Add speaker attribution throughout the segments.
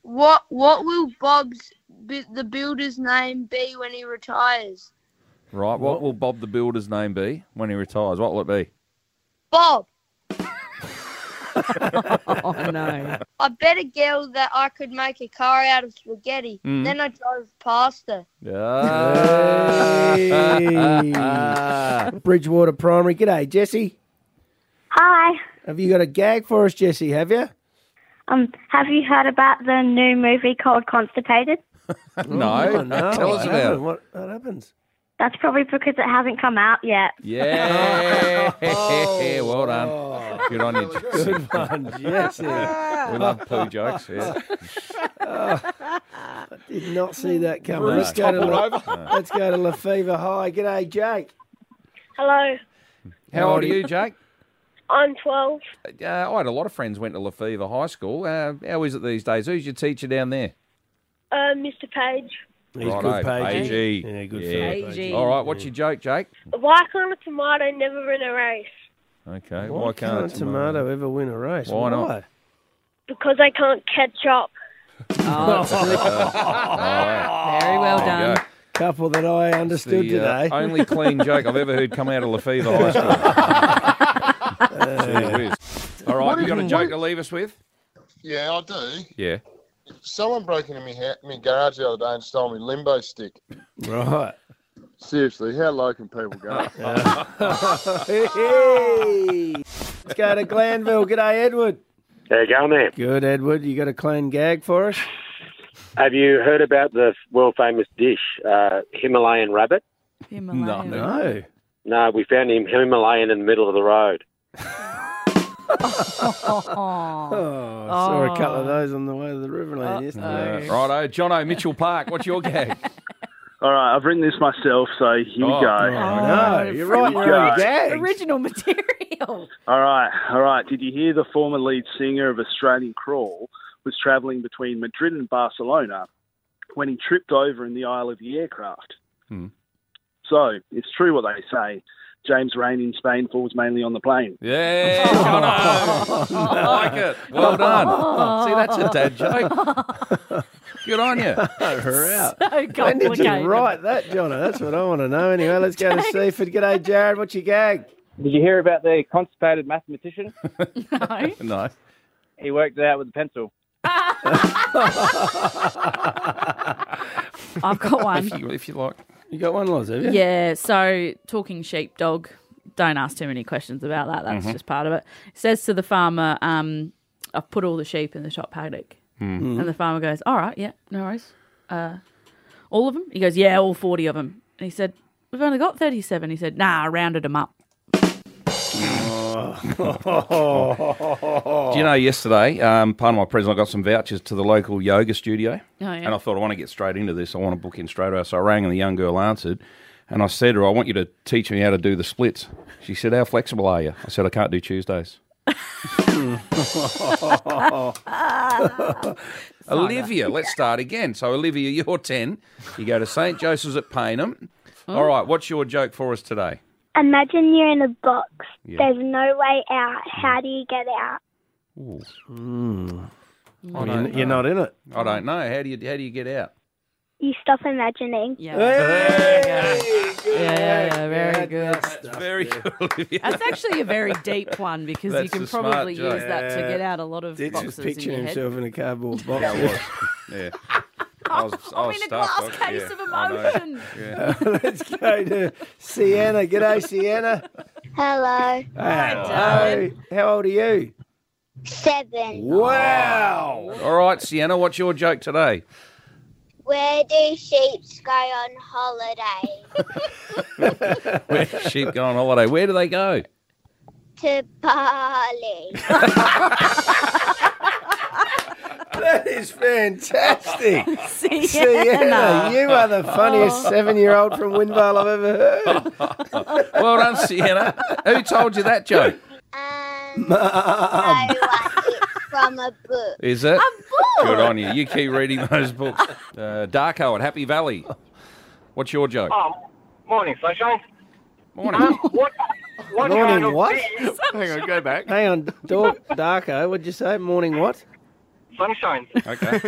Speaker 1: What What will Bob's bu- the builder's name be when he retires?
Speaker 2: Right. What will Bob the Builder's name be when he retires? What will it be?
Speaker 1: Bob,
Speaker 3: Oh no.
Speaker 1: I bet a girl that I could make a car out of spaghetti.
Speaker 2: Mhm.
Speaker 1: Then I drove past her.
Speaker 2: Ah.
Speaker 4: Bridgewater Primary. G'day, Jesse.
Speaker 5: Hi.
Speaker 4: Have you got a gag for us, Jesse? Have you?
Speaker 5: Um, have you heard about the new movie called Constipated?
Speaker 2: no.
Speaker 4: Oh, no.
Speaker 2: Tell us about
Speaker 4: What happened?
Speaker 2: it.
Speaker 4: What, what happens?
Speaker 5: That's probably because it hasn't come out yet.
Speaker 2: Yeah. well done.
Speaker 4: Oh,
Speaker 2: Good on you.
Speaker 4: good
Speaker 2: Oh,
Speaker 4: one, Jesse. I
Speaker 2: We love poo jokes. Yeah.
Speaker 4: did not see that coming.
Speaker 2: Bruce
Speaker 4: Let's go, to
Speaker 2: toppled
Speaker 4: La, let's go to Lefevre High. G'day, Jake.
Speaker 6: Hello,
Speaker 2: How old are you, Jake?
Speaker 6: I'm 12.
Speaker 2: Uh, I had a lot of friends went to Lefevre High School. Uh, how is it these days? Who's your teacher down there?
Speaker 6: Uh, Mr. Page,
Speaker 4: He's
Speaker 2: Righto,
Speaker 4: Pagey.
Speaker 2: Pagey.
Speaker 4: Yeah, good
Speaker 2: Yeah.
Speaker 4: fella,
Speaker 3: Pagey.
Speaker 2: All right, what's your joke, Jake?
Speaker 6: why can't a tomato never win a race?
Speaker 2: Okay.
Speaker 4: Why, can't, a tomato, ever win a race?
Speaker 2: Why not?
Speaker 6: Because they can't catch up.
Speaker 3: Oh, very well
Speaker 2: There you
Speaker 3: done.
Speaker 2: go.
Speaker 4: Couple that I understood
Speaker 2: The, uh,
Speaker 4: today.
Speaker 2: only clean joke I've ever heard come out of Lefevre High School. Gee whiz. All right, you got a joke to leave us with?
Speaker 7: Yeah, I do.
Speaker 2: Yeah.
Speaker 7: Someone broke into my, ha- my garage the other day and stole my limbo stick.
Speaker 4: Right.
Speaker 7: Seriously, how low can people go?
Speaker 4: Hey. Let's go to Glanville. G'day, Edward.
Speaker 8: There you go, man.
Speaker 4: Good, Edward. You got a clean gag for us?
Speaker 8: Have you heard about the world famous dish, uh, Himalayan rabbit?
Speaker 3: Himalayan.
Speaker 4: No.
Speaker 8: No, we found him Himalayan in the middle of the road.
Speaker 4: Oh,
Speaker 3: Oh.
Speaker 4: saw a couple of those on the way to the Riverland yesterday.
Speaker 2: Uh, righto, Jono Mitchell Park. What's your gag?
Speaker 9: All right, I've written this myself, so here
Speaker 2: Oh.
Speaker 9: we go.
Speaker 4: no, you're right. You're
Speaker 9: Yeah.
Speaker 4: on gags.
Speaker 3: Original material.
Speaker 9: All right, all right. Did you hear the former lead singer of Australian Crawl was travelling between Madrid and Barcelona when he tripped over in the aisle of the aircraft?
Speaker 2: Hmm.
Speaker 9: So it's true what they say. James Rain in Spain falls mainly on the plane.
Speaker 2: Yeah, Jono. I like it. Well done. See, that's a dad joke. Good on you.
Speaker 4: Her out.
Speaker 3: So
Speaker 4: When did you
Speaker 3: complicated.
Speaker 4: write that, Jono? That's what I want to know. Anyway, let's go to Seaford. G'day, Jared. What's your gag?
Speaker 10: Did you hear about the constipated mathematician?
Speaker 3: No.
Speaker 2: No.
Speaker 10: He worked it out with a pencil.
Speaker 3: I've got one.
Speaker 2: If you, if you like.
Speaker 4: You got one, Loz, have you?
Speaker 3: Yeah, so talking sheepdog, don't ask too many questions about that. That's just part of it. Says to the farmer, um, I've put all the sheep in the top paddock. And the farmer goes, All right, yeah, no worries. Uh, all of them? He goes, Yeah, all 40 of them. And he said, We've only got 37. He said, Nah, I rounded them up.
Speaker 4: Oh.
Speaker 2: Do you know yesterday, um, part of my present, I got some vouchers to the local yoga studio.
Speaker 3: Oh, yeah.
Speaker 2: And I thought, I want to get straight into this. I want to book in straight away. So I rang and the young girl answered. And I said to her, I want you to teach me how to do the splits. She said, How flexible are you? I said, I can't do Tuesdays. Olivia, let's start again. So, Olivia, you're 10. You go to St. Joseph's at Paynham.
Speaker 3: Oh.
Speaker 2: All right, what's your joke for us today?
Speaker 5: Imagine you're in a box.
Speaker 2: Yeah.
Speaker 5: There's no way out. How do you get out?
Speaker 4: Well, you're, Hmm. you're not in it.
Speaker 2: I don't know. How do you, how do you get out?
Speaker 5: You stop imagining.
Speaker 3: Yeah.
Speaker 4: Hey!
Speaker 3: Yeah, yeah, very
Speaker 4: Yeah,
Speaker 3: good.
Speaker 4: stuff.
Speaker 2: Very good, Olivia.
Speaker 3: That's actually a very deep one because you
Speaker 2: That's
Speaker 3: can
Speaker 2: a smart
Speaker 3: probably use
Speaker 2: joke.
Speaker 3: that to get out a lot of
Speaker 4: Dick's
Speaker 3: boxes
Speaker 4: just
Speaker 3: in your
Speaker 4: picturing
Speaker 3: head.
Speaker 4: himself in a cardboard box.
Speaker 2: Yeah. I was, I
Speaker 3: I'm
Speaker 2: was
Speaker 3: in a
Speaker 2: stuffed.
Speaker 3: glass
Speaker 2: I-
Speaker 3: case
Speaker 2: yeah,
Speaker 3: of
Speaker 2: I know.
Speaker 3: emotion.
Speaker 2: Yeah.
Speaker 4: Let's go to Sienna. G'day, Sienna.
Speaker 5: Hello.
Speaker 4: Hello. How old are you?
Speaker 5: Seven.
Speaker 4: Wow.
Speaker 2: All right, Sienna, what's your joke today?
Speaker 5: Where do sheep go on holiday?
Speaker 2: Where do sheep go on holiday? Where do they go?
Speaker 5: to Bali.
Speaker 4: That is fantastic.
Speaker 3: See,
Speaker 4: Sienna, you are the funniest seven year old from Windvale I've ever heard.
Speaker 2: Well done, Sienna. Who told you that joke?
Speaker 5: Um, no one. It's from a book.
Speaker 2: Is it? Good on you. You keep reading those books. Uh, Darko at Happy Valley. What's your joke?
Speaker 10: Oh, morning, Sunshine.
Speaker 2: Morning.
Speaker 10: What? what
Speaker 4: Morning, what?
Speaker 2: Hang on, go back.
Speaker 4: Hang on, Dor- Darko, what'd you say? Morning, what?
Speaker 10: sunshines.
Speaker 2: Okay.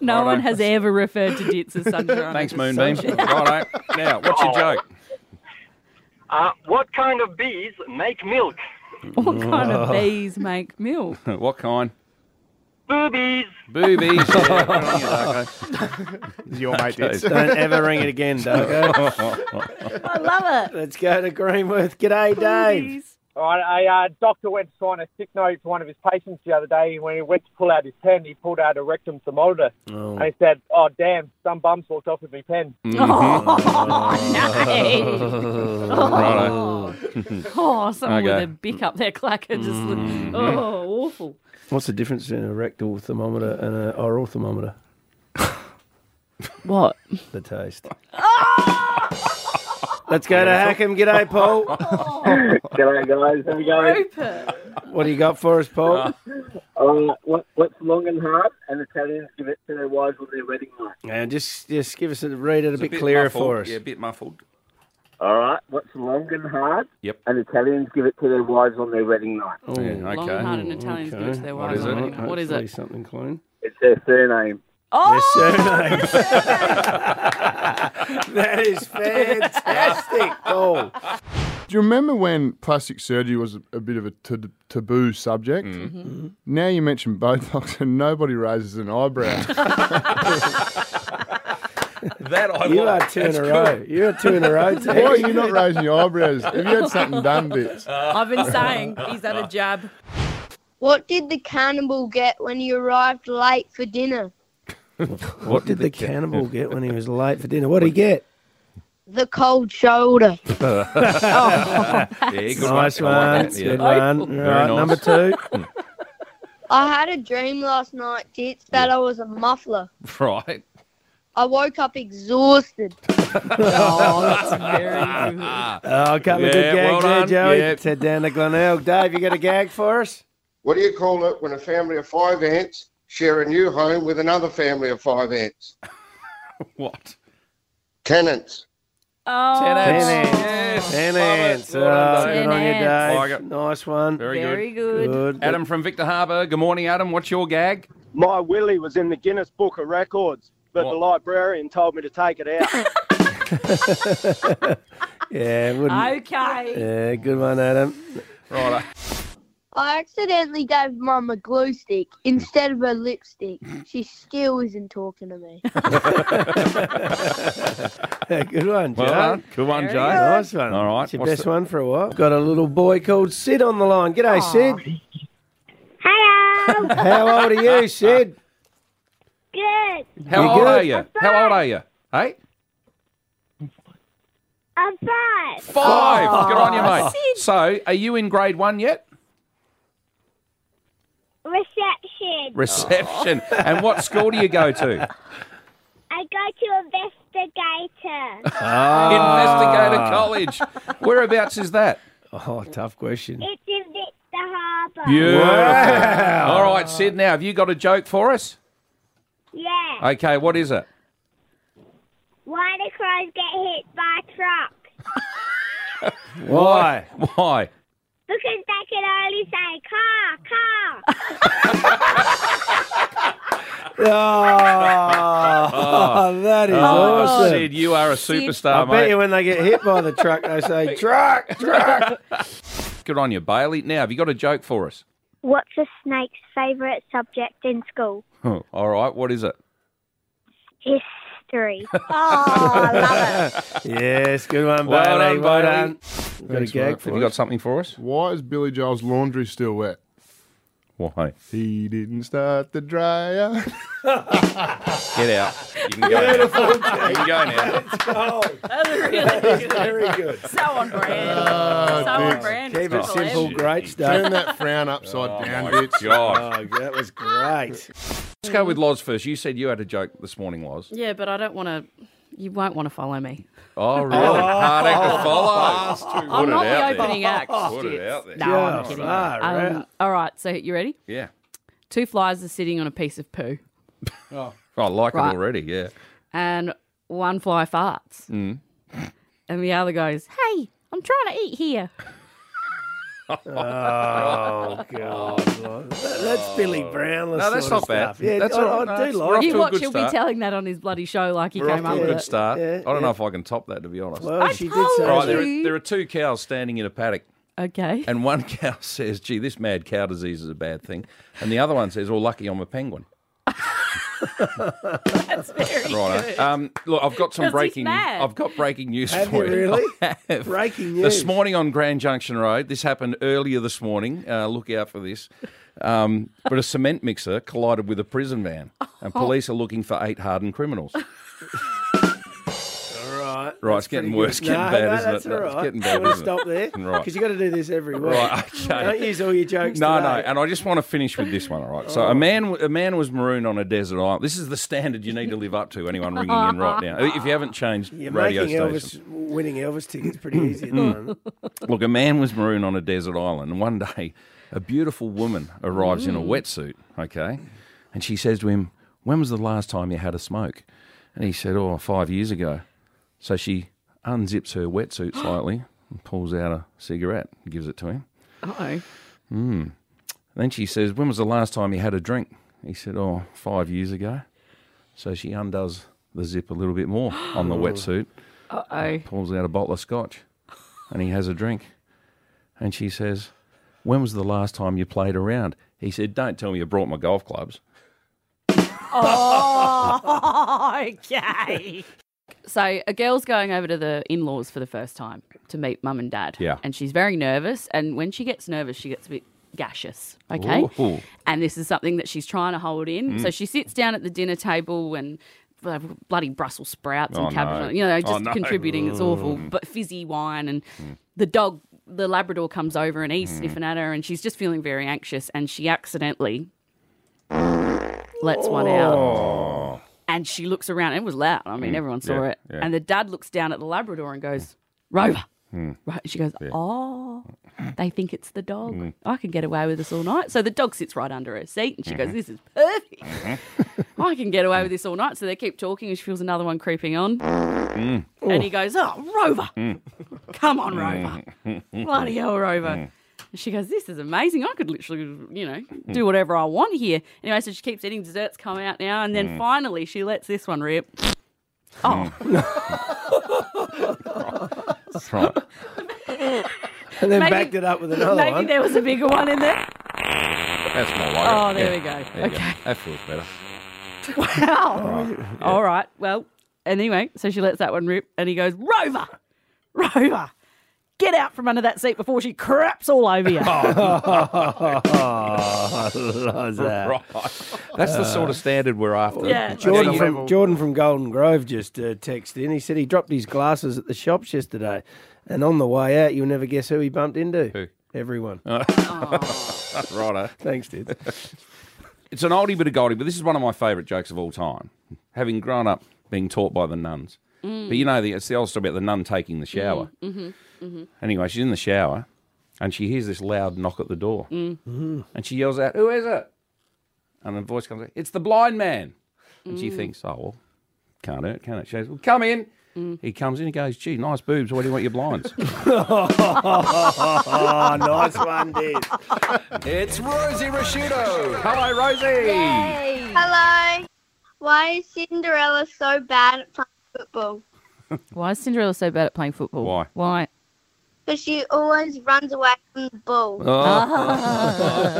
Speaker 3: No
Speaker 2: Righto.
Speaker 3: one has ever referred to dits as sunshine.
Speaker 2: Thanks,
Speaker 3: It's
Speaker 2: Moonbeam.
Speaker 3: sunshine.
Speaker 2: Righto. Now, what's your joke?
Speaker 10: Uh, what kind of bees make milk?
Speaker 3: What kind of bees make milk?
Speaker 2: what kind?
Speaker 10: Boobies.
Speaker 2: Boobies. Yeah, good on you,
Speaker 4: Darko. Your mate did.
Speaker 2: Okay.
Speaker 4: Don't ever ring it again, Darko.
Speaker 3: I love it.
Speaker 4: Let's go to Greenworth. G'day, Dave.
Speaker 10: All right, a uh, doctor went to sign a sick note to one of his patients the other day. When he went to pull out his pen, he pulled out a rectum thermometer.
Speaker 4: Oh.
Speaker 10: And he said, oh, damn, some bums walked off with me pen.
Speaker 2: Oh, Righto.
Speaker 3: Oh, someone
Speaker 4: Okay.
Speaker 3: with a bick up their clacker just look. Oh, awful.
Speaker 4: What's the difference between a rectal thermometer and an oral thermometer?
Speaker 3: what?
Speaker 4: The taste. Let's go to Hackham. G'day, Paul.
Speaker 8: G'day, guys. How we going?
Speaker 4: What do you got for us, Paul?
Speaker 8: Uh, what, what's long and hard, and Italians give it to their wives on their wedding night.
Speaker 4: And just just give us a read it a
Speaker 8: It's a
Speaker 4: bit,
Speaker 8: bit
Speaker 4: clearer
Speaker 8: muffled,
Speaker 4: for us.
Speaker 2: Yeah, a bit muffled.
Speaker 8: All right. What's long and hard?
Speaker 2: Yep.
Speaker 8: And Italians give it to their wives on their wedding night.
Speaker 4: Oh,
Speaker 2: Yeah,
Speaker 3: Long, hard, and Italians go to their wives. on wedding night. What is
Speaker 4: Hopefully
Speaker 3: it?
Speaker 4: Something clean.
Speaker 8: It's their surname.
Speaker 3: Oh!
Speaker 4: Their surname. that is fantastic, Paul.
Speaker 11: Do you remember when plastic surgery was a, a bit of a t- taboo subject?
Speaker 2: Mm-hmm.
Speaker 11: Mm-hmm. Now you mention Botox and nobody raises an eyebrow.
Speaker 2: That I
Speaker 4: You are two in a row. You are two in a row.
Speaker 11: Why are you not raising your eyebrows? Have you had something done, bits?
Speaker 3: Oh, I've been saying he's had a jab.
Speaker 1: What did the cannibal get when he arrived late for dinner?
Speaker 4: What, did the cannibal get when he was late for dinner? What did he get?
Speaker 1: The cold shoulder.
Speaker 2: Yeah, good one.
Speaker 4: nice
Speaker 2: I like
Speaker 4: one.
Speaker 2: that, yeah.
Speaker 4: Good one. All
Speaker 2: Very
Speaker 4: right,
Speaker 2: nice.
Speaker 4: number two.
Speaker 1: I had a dream last night, Tits, that I was a muffler.
Speaker 2: Right.
Speaker 1: I woke up exhausted.
Speaker 4: Oh, a couple of good
Speaker 7: Yeah,
Speaker 4: gags
Speaker 7: well
Speaker 4: there,
Speaker 7: done.
Speaker 4: Joey.
Speaker 7: Yeah.
Speaker 4: To down to Glenelg. Dave, you got a gag for us?
Speaker 7: What do you call it when a family of five ants share a new home with another family of five ants?
Speaker 2: what?
Speaker 7: Tenants.
Speaker 3: Oh.
Speaker 4: Tenants. Tenants.
Speaker 2: Well done,
Speaker 4: Oh,
Speaker 2: Dave.
Speaker 4: good on you, Dave.
Speaker 2: Like it.
Speaker 4: Nice one.
Speaker 2: Very,
Speaker 3: good.
Speaker 2: Adam from Victor Harbour. Good morning, Adam. What's your gag?
Speaker 9: My Willie was in the Guinness Book of Records, but the librarian told me to take it out.
Speaker 4: yeah, it wouldn't.
Speaker 3: Okay.
Speaker 4: Yeah, Eh, good one, Adam.
Speaker 2: Right.
Speaker 1: I accidentally gave Mum a glue stick instead of her lipstick. She still isn't talking to me.
Speaker 4: Eh, good one, Joe.
Speaker 2: Well done. Good one, Joe.
Speaker 4: Nice one.
Speaker 2: All right.
Speaker 4: It's your
Speaker 2: What's
Speaker 4: best
Speaker 2: the-
Speaker 4: one for a while. Got a little boy called Sid on the line. G'day, Sid. Hello. How old are you, Sid?
Speaker 6: Good.
Speaker 2: How
Speaker 4: You
Speaker 2: old
Speaker 4: good?
Speaker 2: are you? How old are you? Hey?
Speaker 6: I'm five.
Speaker 2: Five. Good on you, mate. So, are you in grade one yet?
Speaker 6: Reception.
Speaker 2: Reception. And what school do you go to?
Speaker 6: I go to investigator.
Speaker 2: Investigator
Speaker 4: Ah.
Speaker 2: College. Whereabouts is that?
Speaker 4: Oh, tough question.
Speaker 6: it's in Victor Harbour.
Speaker 2: Beautiful. All right, Sid, now, have you got a joke for us?
Speaker 6: Yeah.
Speaker 2: Okay, what is it?
Speaker 6: Why do crows get hit by trucks?
Speaker 2: Why? Why?
Speaker 6: Because they can only say car, car.
Speaker 4: Oh, that is
Speaker 2: Oh,
Speaker 4: awesome.
Speaker 2: Sid, you are a superstar,
Speaker 4: I bet
Speaker 2: mate.
Speaker 4: you when they get hit by the truck, they say, truck, truck.
Speaker 2: Good on you, Bailey. Now, have you got a joke for us?
Speaker 6: What's a snake's favourite subject in school?
Speaker 2: Huh, All right, what is it?
Speaker 6: History.
Speaker 4: yes, good one,
Speaker 2: Well
Speaker 4: Bailey.
Speaker 2: done,
Speaker 4: well
Speaker 2: Bailey.
Speaker 4: done. Got a gag for
Speaker 2: Have you got something for us?
Speaker 11: Why is Billy Joel's laundry still wet?
Speaker 2: Why?
Speaker 11: He didn't start the dryer.
Speaker 2: Get out. You can go now. You can go now.
Speaker 3: That's really good.
Speaker 4: Very good.
Speaker 3: So on brand. so on brand.
Speaker 4: Keep it
Speaker 3: Triple M.
Speaker 4: simple, great
Speaker 11: Ah, Turn
Speaker 4: stuff.
Speaker 11: that frown upside down,
Speaker 2: Oh my
Speaker 11: bits.
Speaker 2: God.
Speaker 4: Oh, that was great.
Speaker 2: Let's go with Loz first. You said you had a joke this morning, Loz.
Speaker 3: Yeah, but I don't want to. You won't want to follow me.
Speaker 2: Oh, really? Hard act to follow.
Speaker 3: I'm
Speaker 2: Put it
Speaker 3: not the
Speaker 2: out there.
Speaker 3: opening act.
Speaker 2: Put it
Speaker 3: shits.
Speaker 2: out there.
Speaker 3: No,
Speaker 2: Yeah,
Speaker 3: I'm kidding.
Speaker 4: far
Speaker 3: Um,
Speaker 4: out.
Speaker 3: all right, so you ready?
Speaker 2: Yeah.
Speaker 3: Two flies are sitting on a piece of poo,
Speaker 2: I like
Speaker 3: Right.
Speaker 2: it already, yeah.
Speaker 3: and one fly
Speaker 2: Mm.
Speaker 3: farts, and the other goes, "Hey, I'm trying to eat here."
Speaker 4: Oh, God. That's Billy Brown.
Speaker 2: Oh. No, that's
Speaker 4: sort
Speaker 2: not
Speaker 4: of
Speaker 2: bad.
Speaker 4: Stuff. Yeah,
Speaker 2: That's
Speaker 4: I,
Speaker 2: all right.
Speaker 4: I
Speaker 2: No,
Speaker 4: do
Speaker 2: it's-
Speaker 4: like
Speaker 2: we're off
Speaker 4: it.
Speaker 2: to
Speaker 3: You
Speaker 2: a
Speaker 3: watch,
Speaker 2: good
Speaker 3: he'll
Speaker 2: start.
Speaker 3: be telling that on his bloody show like he
Speaker 2: We're off
Speaker 3: came
Speaker 2: to
Speaker 3: up
Speaker 2: a
Speaker 3: with
Speaker 2: good
Speaker 3: it.
Speaker 2: start.
Speaker 3: Yeah,
Speaker 2: I don't
Speaker 3: yeah.
Speaker 2: know if I can top that, to be honest.
Speaker 3: Well, I she did say told
Speaker 2: Right, there,
Speaker 3: you.
Speaker 2: are, there are two cows standing in a paddock.
Speaker 3: Okay.
Speaker 2: And one cow says, gee, this mad cow disease is a bad thing. And the other one says, well, lucky I'm a penguin.
Speaker 3: That's very
Speaker 2: Right.
Speaker 3: good.
Speaker 2: Um, look, I've got some
Speaker 3: Because he's
Speaker 2: breaking.
Speaker 3: mad.
Speaker 2: I've got breaking news
Speaker 4: Have
Speaker 2: for
Speaker 4: you
Speaker 2: you.
Speaker 4: really?
Speaker 2: I have.
Speaker 4: Breaking news.
Speaker 2: This morning on Grand Junction Road, this happened earlier this morning. Uh, look out for this. Um, but a cement mixer collided with a prison van, and
Speaker 3: Oh.
Speaker 2: police are looking for eight hardened criminals.
Speaker 4: All right.
Speaker 2: Right,
Speaker 4: That's
Speaker 2: it's getting
Speaker 4: pretty
Speaker 2: worse,
Speaker 4: good.
Speaker 2: getting
Speaker 4: no,
Speaker 2: bad,
Speaker 4: no,
Speaker 2: isn't it?
Speaker 4: that's
Speaker 2: No, it's
Speaker 4: all right.
Speaker 2: getting bad,
Speaker 4: You want to
Speaker 2: isn't it?
Speaker 4: stop there?
Speaker 2: Right.
Speaker 4: Because you got to do this every week.
Speaker 2: Right, okay.
Speaker 4: Don't use all your jokes.
Speaker 2: No, no,
Speaker 4: today. Oh.
Speaker 2: and I just want to finish with this one. All right. So a man, a man was marooned on a desert island. This is the standard you need to live up to. Anyone ringing in right now, if you haven't changed
Speaker 4: You're
Speaker 2: radio
Speaker 4: making
Speaker 2: station.
Speaker 4: Elvis winning Elvis tickets pretty easy at the
Speaker 2: Mm.
Speaker 4: moment.
Speaker 2: Look, a man was marooned on a desert island, and one day a beautiful woman arrives
Speaker 4: Mm.
Speaker 2: in a wetsuit, okay? And she says to him, When was the last time you had a smoke? And he said, Oh, five years ago. So she unzips her wetsuit slightly and pulls out a cigarette and gives it to him.
Speaker 3: Uh-oh.
Speaker 2: Mm. Then she says, When was the last time you had a drink? He said, Oh, five years ago. So she undoes the zip a little bit more on the wetsuit.
Speaker 3: Uh-oh.
Speaker 2: Pulls out a bottle of scotch and he has a drink. And she says, When was the last time you played around? He said, Don't tell me you brought my golf clubs.
Speaker 3: Oh, okay. So a girl's going over to the in-laws for the first time to meet mum and dad.
Speaker 2: Yeah.
Speaker 3: And she's very nervous. And when she gets nervous, she gets a bit gaseous. Okay.
Speaker 2: Ooh.
Speaker 3: And this is something that she's trying to hold in.
Speaker 2: Mm.
Speaker 3: So she sits down at the dinner table and uh, bloody Brussels sprouts
Speaker 2: Oh,
Speaker 3: and cabbage.
Speaker 2: no.
Speaker 3: You know, just
Speaker 2: Oh, no.
Speaker 3: contributing. It's awful.
Speaker 2: Mm.
Speaker 3: But fizzy wine and the dog, the Labrador comes over and he's
Speaker 2: Mm.
Speaker 3: sniffing at her and she's just feeling very anxious. And she accidentally lets one out. And she looks around. It was loud. I mean,
Speaker 12: Mm,
Speaker 3: everyone saw
Speaker 12: yeah,
Speaker 3: it.
Speaker 12: yeah.
Speaker 3: And the dad looks down at the Labrador and goes, Rover.
Speaker 12: Mm.
Speaker 3: Right. She goes, Oh, they think it's the dog.
Speaker 12: Mm.
Speaker 3: I can get away with this all night. So the dog sits right under her seat and she goes,
Speaker 12: Mhm.
Speaker 3: This is perfect.
Speaker 12: Mm-hmm.
Speaker 3: I can get away with this all night. So they keep talking and she feels another one creeping on.
Speaker 12: Mm.
Speaker 3: And he goes, Oh, Rover. Come on, Rover.
Speaker 12: Mm.
Speaker 3: Bloody hell, Rover. And she goes, This is amazing. I could literally, you know,
Speaker 2: Hmm.
Speaker 3: do whatever I want here. Anyway, so she keeps eating desserts, come out now. And then
Speaker 2: Hmm.
Speaker 12: Mm.
Speaker 3: finally she lets this one rip. Oh.
Speaker 2: That's right.
Speaker 4: And then
Speaker 3: Maybe-
Speaker 4: backed it up with another
Speaker 3: Maybe
Speaker 4: one.
Speaker 3: there was a bigger one in there.
Speaker 2: That's more like
Speaker 3: Oh,
Speaker 2: it.
Speaker 3: there we
Speaker 2: Yeah,
Speaker 3: go.
Speaker 2: there you
Speaker 3: Okay.
Speaker 2: That feels better.
Speaker 3: Wow. All right. Well, anyway, so she lets that one rip and he goes, Rover, Rover, get out from under that seat before she craps all over you.
Speaker 2: Oh.
Speaker 4: Oh, love that.
Speaker 2: Right. That's the sort of standard we're after.
Speaker 3: Yeah.
Speaker 4: Jordan
Speaker 2: Now,
Speaker 4: from, Jordan from Golden Grove just uh, texted in. He said he dropped his glasses at the shops yesterday, and on the way out, you'll never guess who he bumped into. Who? Everyone.
Speaker 2: Righto.
Speaker 4: Thanks, dude.
Speaker 2: It's an oldie bit of goldie, but this is one of my favourite jokes of all time. Having grown up being taught by the nuns.
Speaker 12: Mm.
Speaker 2: But you know, the, it's the old story about the nun taking the shower.
Speaker 12: Mm-hmm. Mm-hmm.
Speaker 2: Anyway, she's in the shower and she hears this loud knock at the door.
Speaker 12: Mm. Mhm.
Speaker 2: And she yells out, Who is it? And a voice comes out, It's the blind man. And she
Speaker 12: Mm.
Speaker 2: thinks, Oh, well, can't hurt, can it? She goes, Well, come in.
Speaker 12: Mm.
Speaker 2: He comes in and goes, Gee, nice boobs. Why do you want your blinds?
Speaker 4: oh, nice one, dude.
Speaker 2: It's Rosie Rashido. Hello, Rosie.
Speaker 1: Hello. Why is Cinderella so bad at playing football?
Speaker 3: Why is Cinderella so bad at playing football? Why? Why?
Speaker 1: Because she always runs away from the ball.
Speaker 12: Oh.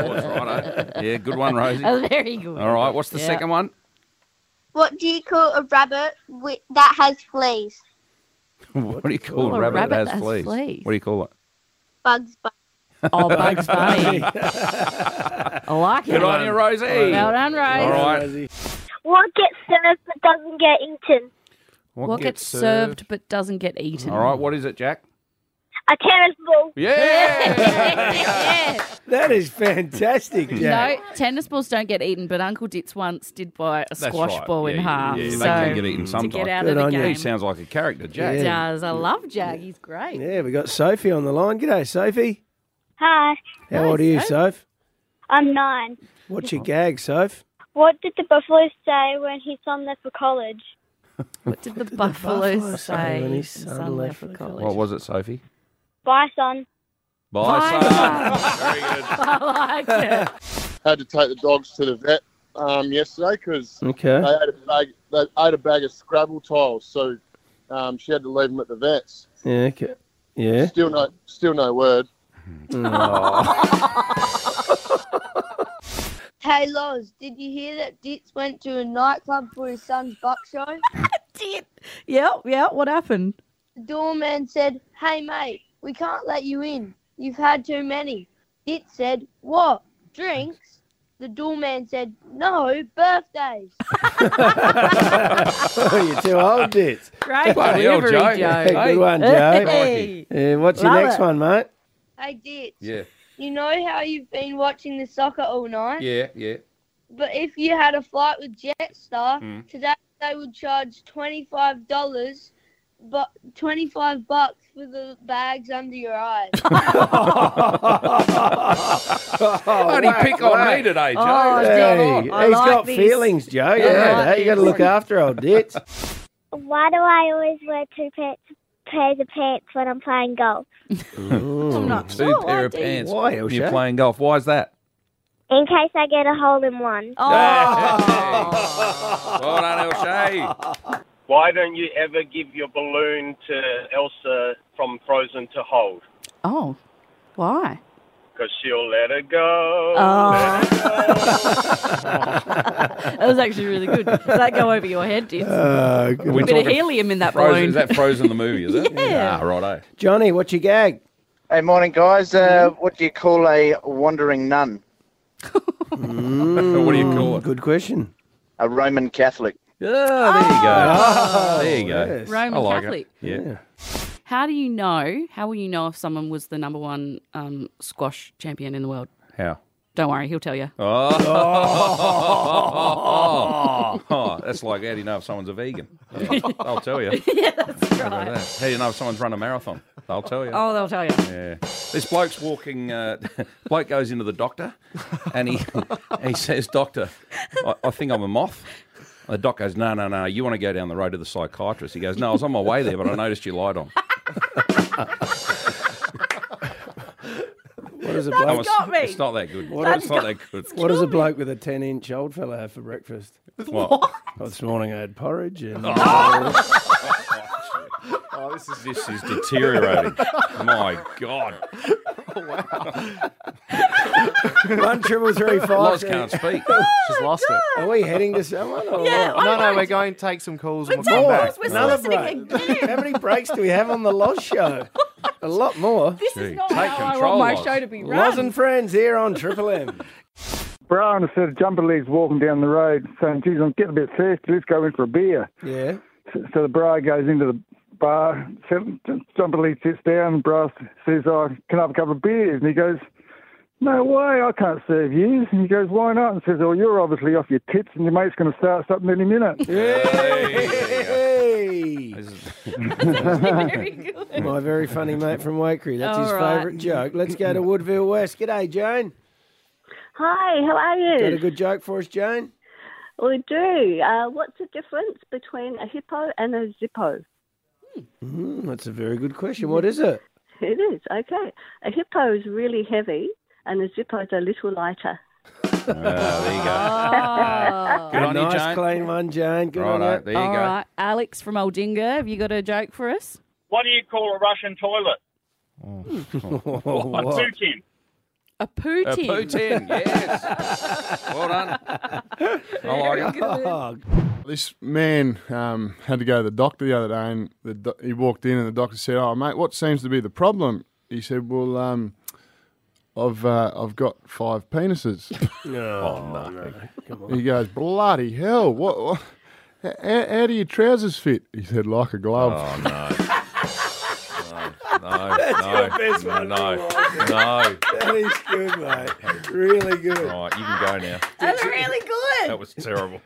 Speaker 2: Oh, that's righto. Yeah, good one, Rosie.
Speaker 3: Oh,
Speaker 1: Very good.
Speaker 2: All right, what's the
Speaker 1: Yeah.
Speaker 2: second one?
Speaker 1: What do you call a rabbit wi- that has fleas?
Speaker 2: What do you call
Speaker 1: Oh,
Speaker 2: a rabbit,
Speaker 1: rabbit
Speaker 2: that
Speaker 1: has
Speaker 2: has fleas?
Speaker 1: fleas.
Speaker 2: What do you call it?
Speaker 1: Bugs Bunny.
Speaker 3: Oh, Bugs Bunny.
Speaker 2: I
Speaker 3: like
Speaker 2: Good
Speaker 12: it.
Speaker 2: on you, Rosie.
Speaker 12: Well done, Rose.
Speaker 2: All right.
Speaker 6: What gets served but doesn't get eaten?
Speaker 2: What,
Speaker 3: gets served but doesn't get eaten?
Speaker 2: All right, what is it, Jack?
Speaker 6: A tennis ball.
Speaker 2: Yeah.
Speaker 4: That is fantastic, Jack.
Speaker 3: No, tennis balls don't get eaten, but Uncle Ditz once did buy a
Speaker 2: That's
Speaker 3: squash
Speaker 2: right.
Speaker 3: ball in
Speaker 2: Yeah,
Speaker 3: half.
Speaker 2: Yeah, they
Speaker 3: so
Speaker 2: can get eaten sometimes.
Speaker 3: To get out of the game.
Speaker 2: He sounds like a character, Jack.
Speaker 3: He does. I love Jag. He's great.
Speaker 4: Yeah, we got Sophie on the line. G'day, Sophie.
Speaker 6: Hi,
Speaker 4: How old are you, Soph?
Speaker 6: I'm nine.
Speaker 4: What's your gag, Soph?
Speaker 6: What did the buffalo say when his son left for college?
Speaker 3: What did the buffalo
Speaker 4: say
Speaker 3: say?
Speaker 4: when his
Speaker 3: his
Speaker 4: son
Speaker 3: son
Speaker 4: left
Speaker 3: left for college?
Speaker 2: What was it, Sophie?
Speaker 6: Bye, son.
Speaker 2: Bison.
Speaker 6: I like
Speaker 3: it.
Speaker 13: had to take the dogs to the vet um, yesterday because
Speaker 4: Okay.
Speaker 13: they, had a bag, they ate a bag of Scrabble tiles, so um, she had to leave them at the vets.
Speaker 4: Yeah. Okay. Yeah.
Speaker 13: Still no, still no word.
Speaker 1: Hey Loz, did you hear that Ditz went to a nightclub for his son's buck show?
Speaker 3: Yeah, yeah. What happened?
Speaker 1: The doorman said, Hey mate, we can't let you in. You've had too many. Ditz said, What? Drinks? The doorman said, No, birthdays.
Speaker 4: You're too old, Ditz.
Speaker 1: Great
Speaker 2: Bloody hell, delivery, Joe. Joe.
Speaker 4: Good one, Joe.
Speaker 1: Hey.
Speaker 4: Yeah, what's your
Speaker 1: Love
Speaker 4: next
Speaker 1: it.
Speaker 4: one, mate?
Speaker 1: Hey Ditz,
Speaker 2: Yeah.
Speaker 1: you know how you've been watching the soccer all night?
Speaker 2: Yeah, yeah.
Speaker 1: But if you had a flight with Jetstar,
Speaker 2: Mm.
Speaker 1: today they would charge twenty five dollars, but twenty five bucks for the bags under your eyes.
Speaker 3: Oh,
Speaker 2: Bloody
Speaker 4: whack,
Speaker 2: pick on
Speaker 4: whack.
Speaker 2: me today, Joe.
Speaker 4: Oh,
Speaker 2: What's going
Speaker 4: Hey,
Speaker 2: on?
Speaker 4: He's got feelings, Joe.
Speaker 2: I
Speaker 4: Yeah,
Speaker 2: like
Speaker 4: hey, you got to
Speaker 2: these.
Speaker 4: look after old Ditz.
Speaker 6: Why do I always wear two pants, pairs of pants when I'm playing golf?
Speaker 2: I'm
Speaker 6: not
Speaker 2: Two
Speaker 6: sure,
Speaker 2: pair of
Speaker 6: Dee.
Speaker 2: pants.
Speaker 6: Why,
Speaker 2: when
Speaker 6: Elsha?
Speaker 2: You're playing golf. Why is that?
Speaker 6: In case I get a hole in one.
Speaker 2: Well done, Elsha.
Speaker 14: Why don't you ever give your balloon to Elsa from Frozen to hold?
Speaker 3: Oh, why?
Speaker 14: Because she'll let it go.
Speaker 3: Oh.
Speaker 14: Let it
Speaker 3: That was actually really good. Did that go over your head, did?
Speaker 4: Uh, good
Speaker 3: a
Speaker 4: one.
Speaker 3: bit of helium in that
Speaker 2: Frozen,
Speaker 3: balloon.
Speaker 2: Is that Frozen the movie, is it?
Speaker 3: Yeah.
Speaker 2: Ah, righto.
Speaker 4: Johnny, what's your gag?
Speaker 15: Hey, morning, guys. Uh, what do you call a wandering nun?
Speaker 2: what do you call it?
Speaker 4: Good question.
Speaker 15: A Roman Catholic.
Speaker 2: Yeah, there you go. there you go.
Speaker 15: yes.
Speaker 3: Roman
Speaker 2: I like
Speaker 3: Catholic.
Speaker 2: It. Yeah.
Speaker 3: How do you know? How will you know if someone was the number one um, squash champion in the world?
Speaker 2: How?
Speaker 3: Don't worry, he'll tell you.
Speaker 2: Oh. Oh, that's like how do you know if someone's a vegan? I'll tell you.
Speaker 3: yeah, that's
Speaker 2: How about
Speaker 3: right.
Speaker 2: that? How do you know if someone's run a marathon? They'll tell you.
Speaker 3: Oh, they'll tell you.
Speaker 2: Yeah. This bloke's walking. Uh, bloke goes into the doctor, and he he says, "Doctor, I, I think I'm a moth." And the doc goes, "No, no, no. You want to go down the road to the psychiatrist?" He goes, "No, I was on my way there, but I noticed you lied on."
Speaker 4: What is a
Speaker 2: That's
Speaker 4: bloke?
Speaker 2: got me. It's not that good. That's It's not got- that good. it's
Speaker 4: What does a
Speaker 2: got me.
Speaker 4: bloke with a ten-inch old fella have for breakfast?
Speaker 2: What? What?
Speaker 4: Oh, this morning I had porridge and.
Speaker 2: Oh, this is this is deteriorating. My God.
Speaker 4: One triple three five.
Speaker 2: Loz can't speak.
Speaker 4: Oh
Speaker 16: She's lost it.
Speaker 4: Are we heading to someone? Or
Speaker 16: Yeah,
Speaker 4: what?
Speaker 16: no, no, we're going to take some calls and we'll
Speaker 4: Let's
Speaker 16: come
Speaker 4: have
Speaker 16: back.
Speaker 4: calls, we're Another soliciting break. How many breaks do we have on the Loz show? A lot more. This
Speaker 2: is
Speaker 4: not
Speaker 16: how I want control, my Loz. show to be
Speaker 4: Loz
Speaker 16: run.
Speaker 4: and friends here on Triple M.
Speaker 17: Brian, I said, jumper legs walking down the road saying, geez, I'm getting a bit thirsty. Let's go in for a beer.
Speaker 4: Yeah.
Speaker 17: So, so the Brian goes into the bar. So jumper legs sits down. And Brian says, oh, can I have a couple of beers? And he goes, no way, I can't serve you. And he goes, why not? And says, well, you're obviously off your tits and your mate's going to start something any minute.
Speaker 4: Hey.
Speaker 17: Very
Speaker 3: good.
Speaker 4: My very funny mate from Wakery. That's his
Speaker 17: All right.
Speaker 4: favourite joke. Let's go to Woodville West. G'day, Joan.
Speaker 18: Hi, how are you?
Speaker 4: Got a good joke for us, Joan?
Speaker 18: We do. Uh, what's the difference between a hippo and a zippo?
Speaker 4: Mm, that's a very good question. What is it?
Speaker 18: It is, okay. A hippo is really heavy and a zippo is a little lighter.
Speaker 2: Ah, there you go. Good on you,
Speaker 4: nice,
Speaker 2: Joan.
Speaker 4: clean one, Jane. Good on
Speaker 2: Righto,
Speaker 4: you.
Speaker 2: there you
Speaker 3: All
Speaker 2: go.
Speaker 3: right, Alex from Oldinga, have you got a joke for us?
Speaker 14: What do you call a Russian toilet? A
Speaker 4: What?
Speaker 14: Putin.
Speaker 3: A Putin.
Speaker 2: A Putin, yes. well done. I like it.
Speaker 11: This man um, had to go to the doctor the other day, and the do- he walked in, and the doctor said, "Oh, mate, what seems to be the problem?" He said, "Well, um, I've uh, I've got five penises."
Speaker 4: oh, no. Come on.
Speaker 11: he goes, "Bloody hell! What? what how, how do your trousers fit?" He said, "Like a glove."
Speaker 2: Oh no. No,
Speaker 4: That's
Speaker 2: no,
Speaker 4: your best
Speaker 2: no,
Speaker 4: one.
Speaker 2: no, no.
Speaker 4: That is good, mate. Really good.
Speaker 2: All right, you can go now.
Speaker 3: That's really good.
Speaker 2: That was terrible.